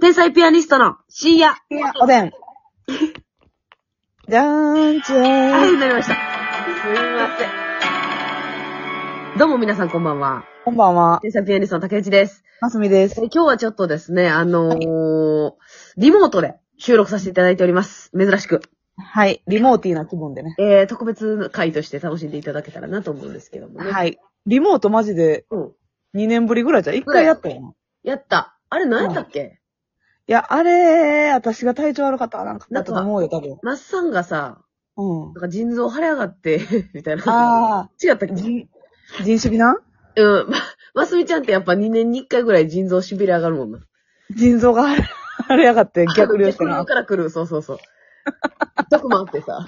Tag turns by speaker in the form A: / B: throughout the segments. A: 天才ピアニストの深夜。
B: おでん。じゃーん、じゃ
A: あ
B: ーん。
A: になりました。すいません。どうも皆さんこんばんは。
B: こんばんは。
A: 天才ピアニストの竹内です。
B: ますみです
A: え。今日はちょっとですね、あのーリモートで収録させていただいております。珍しく。
B: はい。リモーティーな気分でね。
A: えー、特別会として楽しんでいただけたらなと思うんですけどもね。い。
B: はい。リモートマジで
A: うん。
B: 2年ぶりぐらいじゃん。1回やったよな。い
A: やった。あれ何やったっけ、
B: や、あれー、私が体調悪かったからなんかだったと思うよ、多分。
A: マッサンがさ、
B: う
A: な
B: ん
A: んか腎臓腫れ上がって、 みたい。な。
B: あ
A: 違ったっけ
B: ー、人、人種美な
A: うん。ま、ますみちゃんってやっぱ2年に1回ぐらい腎臓痺れ上がるもんな。
B: 腎臓があれ、あれやがって逆流して
A: 逆
B: な
A: 流。から来る、そうそうそう。一もあってさ、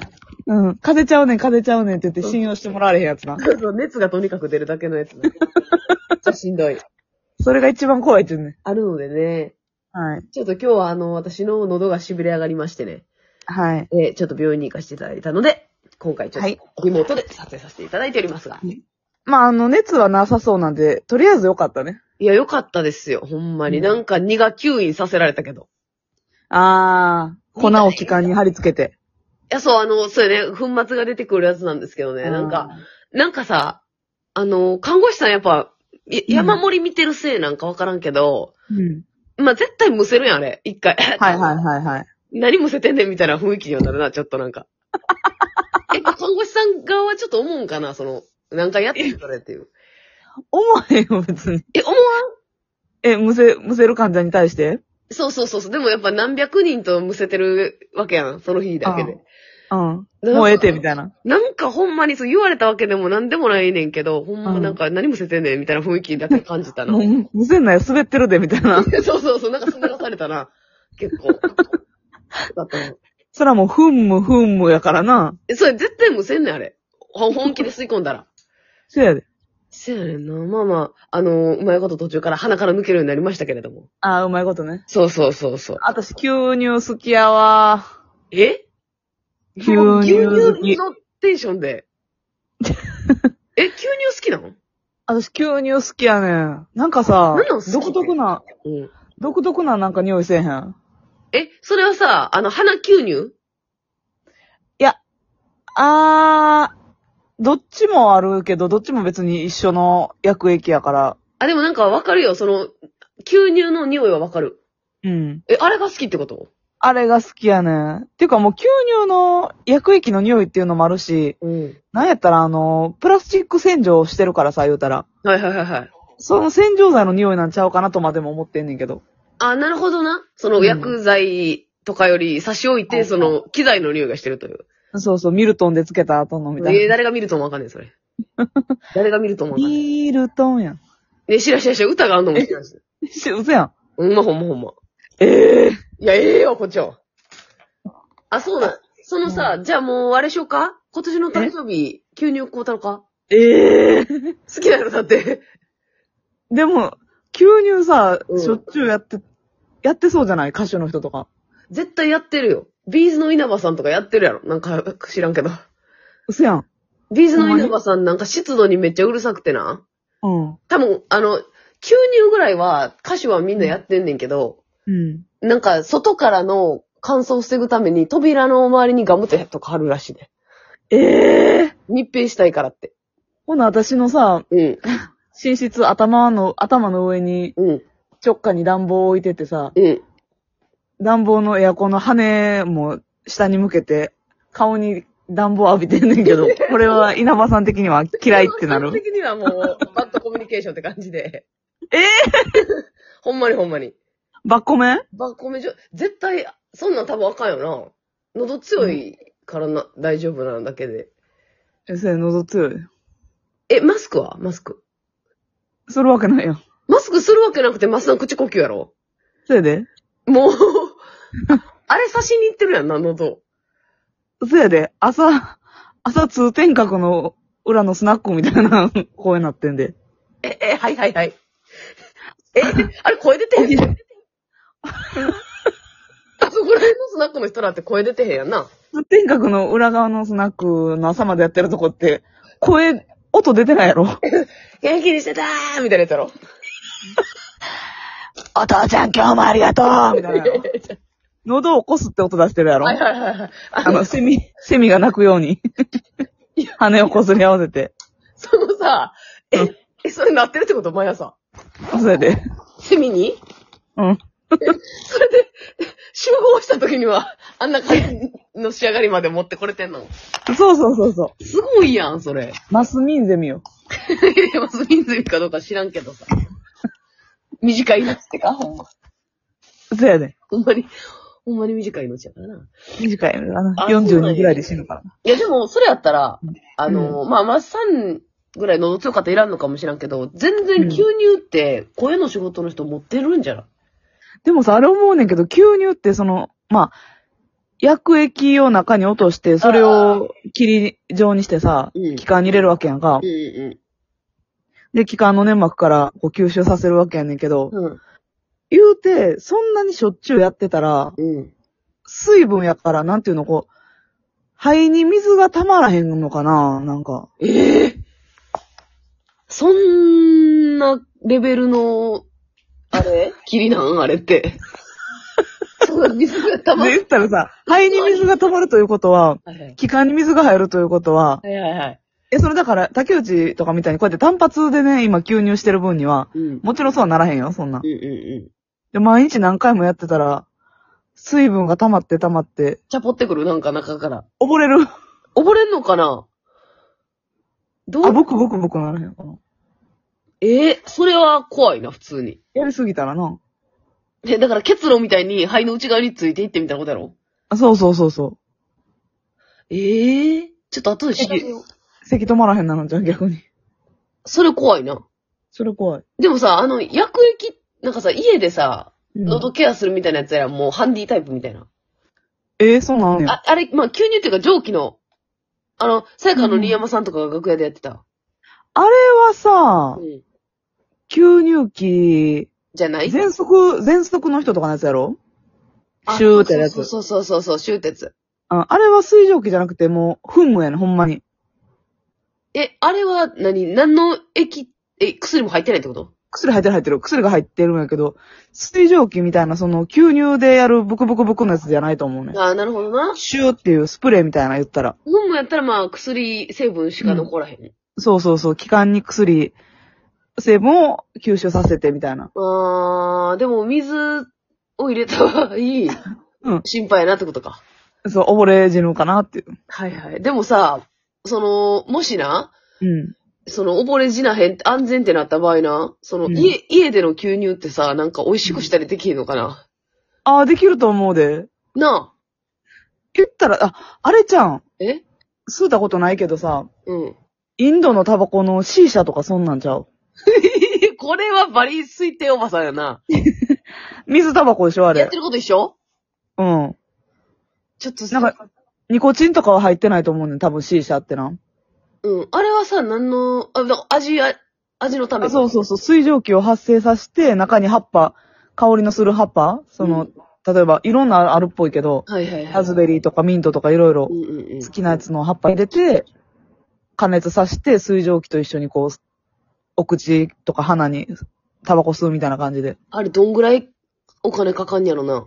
B: うん。風邪ちゃうねん、風邪ちゃうねんって言って信用してもらわれへんやつな。
A: そう熱がとにかく出るだけのやつ なんだけど。めっちゃしんどい。
B: それが一番怖いって言うね。
A: あるのでね、
B: はい。
A: ちょっと今日はあの、私の喉が痺れ上がりましてね、
B: はい。
A: えーちょっと病院に行かせていただいたので、今回ちょっ
B: はい
A: とリモートで撮影させていただいておりますが。
B: まあ、あの、熱はなさそうなんで、とりあえずよかったね。
A: いや、よかったですよ、ほんまに。
B: うん
A: なんか荷が吸引させられたけど。
B: あー、粉を気管に貼り付けて。
A: いや、そう、あの、そうやね、粉末が出てくるやつなんですけどね、なんか、なんかさ、あの、看護師さんやっぱ、や山盛り見てるせいなんかわからんけど、
B: うん。
A: まあ、絶対むせるやん、あれ。一回。
B: はいはいはいはい。
A: 何むせてんねんみたいな雰囲気にはなるな、ちょっとなんか。やっぱ看護師さん側はちょっと思うんかな、その、何回やってんそれっていう。
B: 思わへんよ、別に。
A: え、思わん
B: え、むせ、むせる患者に対して
A: そうそうそうそう。でもやっぱ何百人とむせてるわけやん、その日だけで。
B: うん。も
A: だ
B: う
A: から
B: ええて、みたいな。
A: なんかほんまにそう言われたわけでも何でもないねんけど、ほんまなんか何むせてんねんみたいな雰囲気だけ感じた な
B: も。う、むせんなよ、滑ってるで、みたい な。
A: そうそうそう、なんか滑らされたな。結構。だったな
B: そらもう、ふんむふんむやからな。
A: え、それ絶対むせんねん、あれ。ほ本気で吸い込んだら。
B: せやで。
A: せやねんな。まあまあ、あの、うまいこと途中から鼻から抜けるようになりましたけれども。
B: あー、うまいことね。
A: そうそうそうそう。
B: 私、牛乳好きやわ。
A: え
B: 牛乳好き
A: 牛乳のテンション で。え、牛乳好きなの
B: 私、牛乳好きやねん。なんかさ
A: なんなん好き、
B: 独特な、
A: うん。
B: 独特ななんか匂いせえへん。
A: え、それはさ、あの、鼻牛乳
B: あー、どっちもあるけど、どっちも別に一緒の薬液やから。
A: あ、でもなんかわかるよ。その、牛乳の匂いはわかる。
B: うん。
A: え、あれが好きってこと
B: あれが好きやねん。っていうかもう牛乳の薬液の匂いっていうのもあるし、
A: うん。
B: なんやったらあの、プラスチック洗浄してるからさ、言うたら。
A: はいはいはいはい。
B: その洗浄剤の匂いなんちゃうかなとまでも思ってんねんけど。
A: あ、なるほどな。その
B: うん
A: 薬剤とかより差し置いて、
B: はい
A: その、機材の匂いがしてるという。
B: そうそう、ミルトンでつけた後のみた
A: えー
B: いな。
A: 誰が見るともわかんねえ、そ れ。誰が見るともわかんね
B: ミルトンやん。
A: え。ね、知らん知らん知らん歌があんのも知らんし。
B: し、 嘘やん。
A: うんまほんまほんま。
B: ええ
A: いや、ええよ、こっちは。あ、そうなん。そのさ、じゃあもう、あれしようか今年の誕生日、牛乳買うたのか
B: ええ
A: 好きなのだって。
B: でも、牛乳さ、
A: うん
B: しょっちゅうやって、やってそうじゃない歌手の人とか。
A: 絶対やってるよ。ビーズの稲葉さんとかやってるやろ。なんか知らんけど。
B: 嘘やん。
A: ビーズの稲葉さんなんか湿度にめっちゃうるさくてな。
B: うん。
A: 多分、あの、牛乳ぐらいは歌手はみんなやってんねんけど、
B: うん。
A: なんか外からの乾燥を防ぐために扉の周りにガムテとか貼るらしいで。
B: ええ
A: 密閉したいからって。
B: ほな、私のさ、
A: うん、
B: 寝室、頭の、頭の上に、
A: うん、
B: 直下に暖房を置いててさ、
A: うん。
B: 暖房のエアコンの羽も下に向けて、顔に暖房浴びてんねんけ ど、これは稲葉さん的には嫌いってな
A: 基本
B: る。
A: 的にはもう、バッドコミュニケーションって感じで。
B: えー
A: ほんまにほんまに。
B: バッコメン
A: バッコミじょ、絶対、そんなん多分あかんよな。喉強いからな、大丈夫なのだけで。
B: え、それ喉強い。
A: え、マスクはマスク。
B: するわけないやん。
A: マスクするわけなくて、マスの口呼吸やろ
B: そやで
A: もう、あれ刺しに行ってるやんな、喉。
B: そやで、朝、朝通天閣の裏のスナックみたいな 声なってんで。
A: え、え、はいはいはい。 え、あれ声出てへん。あそこら辺のスナックの人だって声出てへんやんな。
B: 通天閣の裏側のスナックの朝までやってるとこって、声、音出てないやろ。
A: 元気にしてたーみたいなやつやろ。
B: お父ちゃん今日もありがとうみ たいな。喉をこすって音出してるやろ
A: はいはいはいはい。
B: あの、セミ、セミが鳴くように。羽をこすり合わせて。
A: そのさ、
B: う
A: え、え、それなってるってこと毎朝。
B: それで。
A: セミに
B: うん。
A: それで、集合した時には、 あんな感じの仕上がりまで持ってこれてんの。
B: そうそうそうそ
A: すごいやん、それ。
B: う。マスミンゼミよ。
A: いや、スミンズミかどうか知らんけどさ。短い命ってか、ほんま。
B: そうやで。
A: ほんまに、ほんまに短い命やからな。
B: 短いよな。
A: あそうなん
B: 42
A: や
B: ぐらいで死ぬからな。
A: いや、でも、それやったら、あの、まあ、マッサンぐらい喉強かったらいらんのかもしらんけど、全然吸入って、声の仕事の人持ってるんじゃない、
B: でもさ、あれ思うねんけど、吸入ってその、まあ、薬液を中に落として、それを霧状にしてさ、
A: うん
B: 気管に入れるわけやんか
A: う。ん
B: で、気管の粘膜からこう吸収させるわけやねんけど、
A: うん。うん。
B: 言うて、そんなにしょっちゅうやってたら、
A: うん。
B: 水分やから、なんていうの、こう、肺に水が溜まらへんのかななんか。
A: ええそんなレベルの、あ れ霧なんあれって。そう、水が溜ま
B: で、
A: る。
B: 言ったらさ、肺に水が溜まるということは、
A: はいはい
B: 気管に水が入るということは、
A: はいはいはい。
B: え、それだから、竹内とかみたいにこうやって単発でね、今吸入してる分には、
A: うん。うん
B: もちろんそうはならへんよ、そんなん
A: う。んうん。
B: で、毎日何回もやってたら、水分が溜まって溜まって、
A: ちゃぽってくるなんか中から。
B: 溺れる。
A: 溺れんのかなど
B: あ、
A: う
B: ブクブクブクならへんかな。
A: ええそれは怖いな、普通に。
B: やりすぎたらな。
A: え、だから結露みたいに肺の内側についていってみたいなことやろ
B: あそうそうそうそ
A: ええちょっと後で知り、
B: う。咳止まらへんなのじゃん、逆に。
A: それ怖いな。
B: それ怖い。
A: でもさ、あの、薬液、なんかさ、家でさ、
B: うん
A: 喉ケアするみたいなやつやらもうハンディタイプみたいな。
B: えー、そうなんや。
A: あ、あれ、まあ、吸入っていうか蒸気の、あの、さやかの新山さんとかが楽屋でやってた。
B: あれはさ
A: う、ん。
B: 吸入器、
A: じゃない
B: 全息、全息の人とかのやつやろ
A: あ
B: シューってやつ
A: そうそうそうそうそう、シューってやつ。
B: ああれは水蒸気じゃなくてもう、噴霧やね、ほんまに。
A: え、あれは何、何の液、え、薬も入ってないってこと
B: 薬入ってる入ってる。薬が入ってるんやけど、水蒸気みたいな、その、吸入でやるブクブクブクのやつじゃないと思うね。
A: ああ、なるほどな。
B: シューっていうスプレーみたいなの言ったら。
A: 本もやったらまあ、薬成分しか残らへん。
B: そうそうそう、気管に薬、成分を吸収させてみたいな。
A: あー、でも水を入れた場合、
B: うん
A: 心配やなってことか。
B: そう、溺れ死ぬかなっていう。
A: はいはい。でもさ、その、もしな、
B: うん。
A: その、溺れ死なへん、安全ってなった場合な、その、
B: うん
A: 家、家での吸入ってさ、なんか美味しくしたりできへんのかな、
B: ああ、できると思うで。
A: な
B: 言ったら、あ、あれちゃん。
A: あえ
B: 吸ったことないけどさ、
A: うん。
B: インドのタバコの C 社とかそんなんちゃう
A: これはバリ推定おばさんやな。
B: 水タバコでしょあ
A: やっ
B: れ
A: て。ること一緒
B: うん。
A: ちょっと
B: なんか、ニコチンとかは入ってないと思うねん。多分 C 社ってな。
A: うん。あれはさ、何の、あ、だから味、あ味のため。
B: あそう
A: う。
B: そうそう。水蒸気を発生させて、中に葉っぱ、香りのする葉っぱその、例えば、いろんなあるっぽいけど、
A: はいはいはい。
B: ラズベリーとかミントとかいろいろ
A: うんうんうん
B: 好。きなやつの葉っぱ入れて、加熱させて、水蒸気と一緒にこう、お口とか鼻にタバコ吸うみたいな感じで。
A: あれ、どんぐらいお金かかんやろな。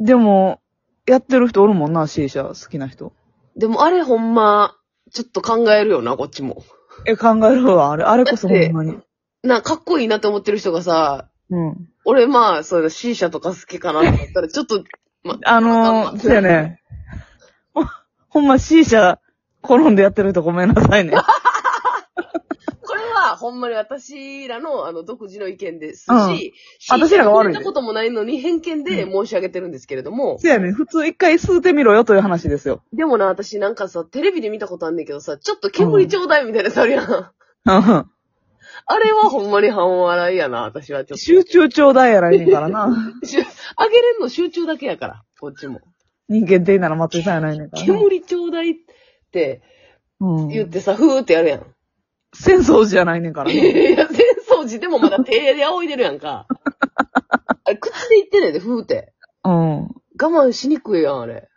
B: でも、やってる人おるもんな、C 社好きな人。
A: でも、あれほんま、ちょっと考えるよな、こっちも。
B: え、考えるわ。あれ、あれこそほんまに。
A: な、かっこいいなって思ってる人がさ、
B: うん。
A: 俺まあ、そういうの C 社とか好きかなと思ったら、ちょっと、
B: あのー、そうやね。ほほんま C 社転んでやってる人ごめんなさ いね。
A: これはほんまに私らの、あの、独自の意見ですし、
B: うん
A: C 社
B: 私らが悪い
A: 聞たこともないのに偏見で申し上げてるんですけれども、
B: そうやね。普通一回吸うてみろよという話ですよ。
A: でもな、私なんかさ、テレビで見たことあんねんけどさ、ちょっと煙ちょうだいみたいなやつあるやん。
B: うん
A: あれはほんまに半笑いやな、私はちょっと。
B: 集中ちょうだいやらへんからな。
A: しあげれんの集中だけやから、こっちも。
B: 人間っていいなら松井さんやないねんからな。
A: 煙ちょうだいって
B: うん。
A: 言ってさ、ふーってやるやん。
B: 戦争じゃないねんから
A: い
B: ね。
A: や、戦争時でもまだ手で仰いでるやん か。あれ、口で言ってねんで、ふーって。
B: うん。
A: 我慢しにくいやん、あ れ。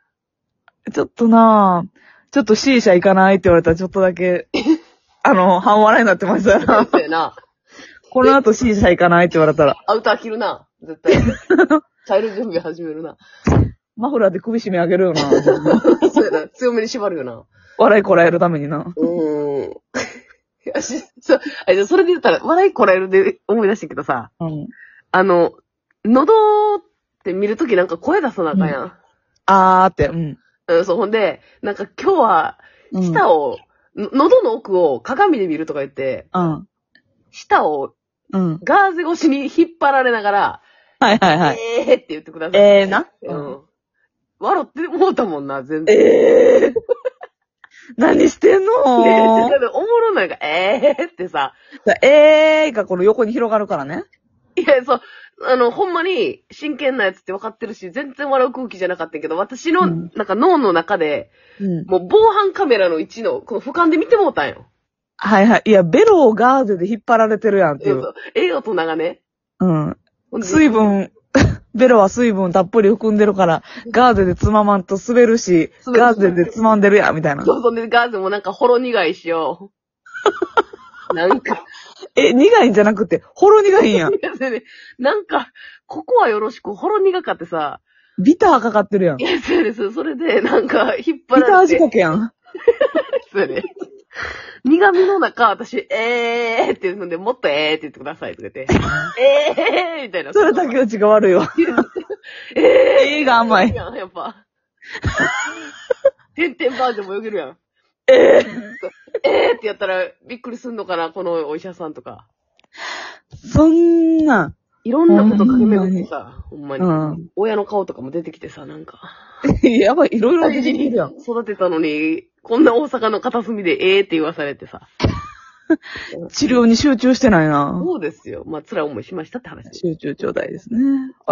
B: ちょっとなぁ、ちょっと C 社 行かないって言われたらちょっとだけ、あの、半笑いになってましたよな。
A: そうやな。
B: この後 C 社行かないって言われたら、
A: アウター着るな。絶 対。茶色い準備始めるな。
B: マフラーで首絞め上げるよな。
A: そうやな。強めに縛るよな。
B: 笑いこらえるためにな。
A: うーん。いやしそあじゃあそれで言ったら、笑いこらえるで思い出したけどさ、
B: うん。
A: あの、喉って見るときなんか声出さなあかんやん。
B: あーって、うん。
A: うん、そう、ほんで、なんか今日は、
B: うん
A: 舌を、の喉の奥を鏡で見るとか言って、
B: うん。
A: 舌を
B: うん。
A: ガーゼ越しに引っ張られながら、
B: はいはいはい。
A: えーって言ってください。
B: ええな。
A: うん。笑ってもうたもんな、全然。
B: ええー。 何してん
A: ね
B: の
A: だっておもろないが、えーってさ、
B: ええーがこの横に広がるからね。
A: いや、そう、あの、ほんまに真剣なやつって分かってるし、全然笑う空気じゃなかったけど、私の、
B: うん
A: なんか脳の中で、
B: うん。
A: もう防犯カメラの位置の、この俯瞰で見てもうたんよ。
B: はいはい。いや、ベロをガーゼで引っ張られてるやんってい
A: そう
B: う
A: そ。うええ大人がね。
B: うん。
A: ほんで
B: 水分、 ベロは水分たっぷり含んでるから、ガーゼでつままんと滑るし、
A: 滑る
B: ガーゼでつまんでるやん、みたいな。
A: そうそう、で、ガーゼもなんかほろ苦いしよ う。なんか、
B: え、苦いんじゃなくて、ほろ苦いんやん。
A: いやそれでなんか、ここはよろしく、ほろ苦かってさ、
B: ビターかかってるやん。
A: い
B: ビ
A: や、そうです。それで、なんか、引っ張
B: ター
A: られ
B: 味
A: て。
B: かけやん。
A: そうね。苦味の中、私、えーって言うので、もっとえーって言ってくださいって言って。えーみたいな。
B: それだけうちが悪いわ。
A: え
B: ええが甘
A: ー
B: い。
A: やん、やっぱ。てんてんバージョンもよけるやん。
B: ええ
A: えーってやったら、びっくりすんのかな、このお医者さんとか。
B: そんな、
A: いろんなこと駆け巡ってさ、ほんまに。
B: うん。
A: 親の顔とかも出てきてさ、なんか。
B: やばい、いろいろ出てきてるやん。
A: 育てたのに、こんな大阪の片隅でえーって言わされてさ。
B: 治療に集中してないな。
A: そうですよ。まあ、辛い思いしましたって話です。
B: 集中ちょうだいですね。おや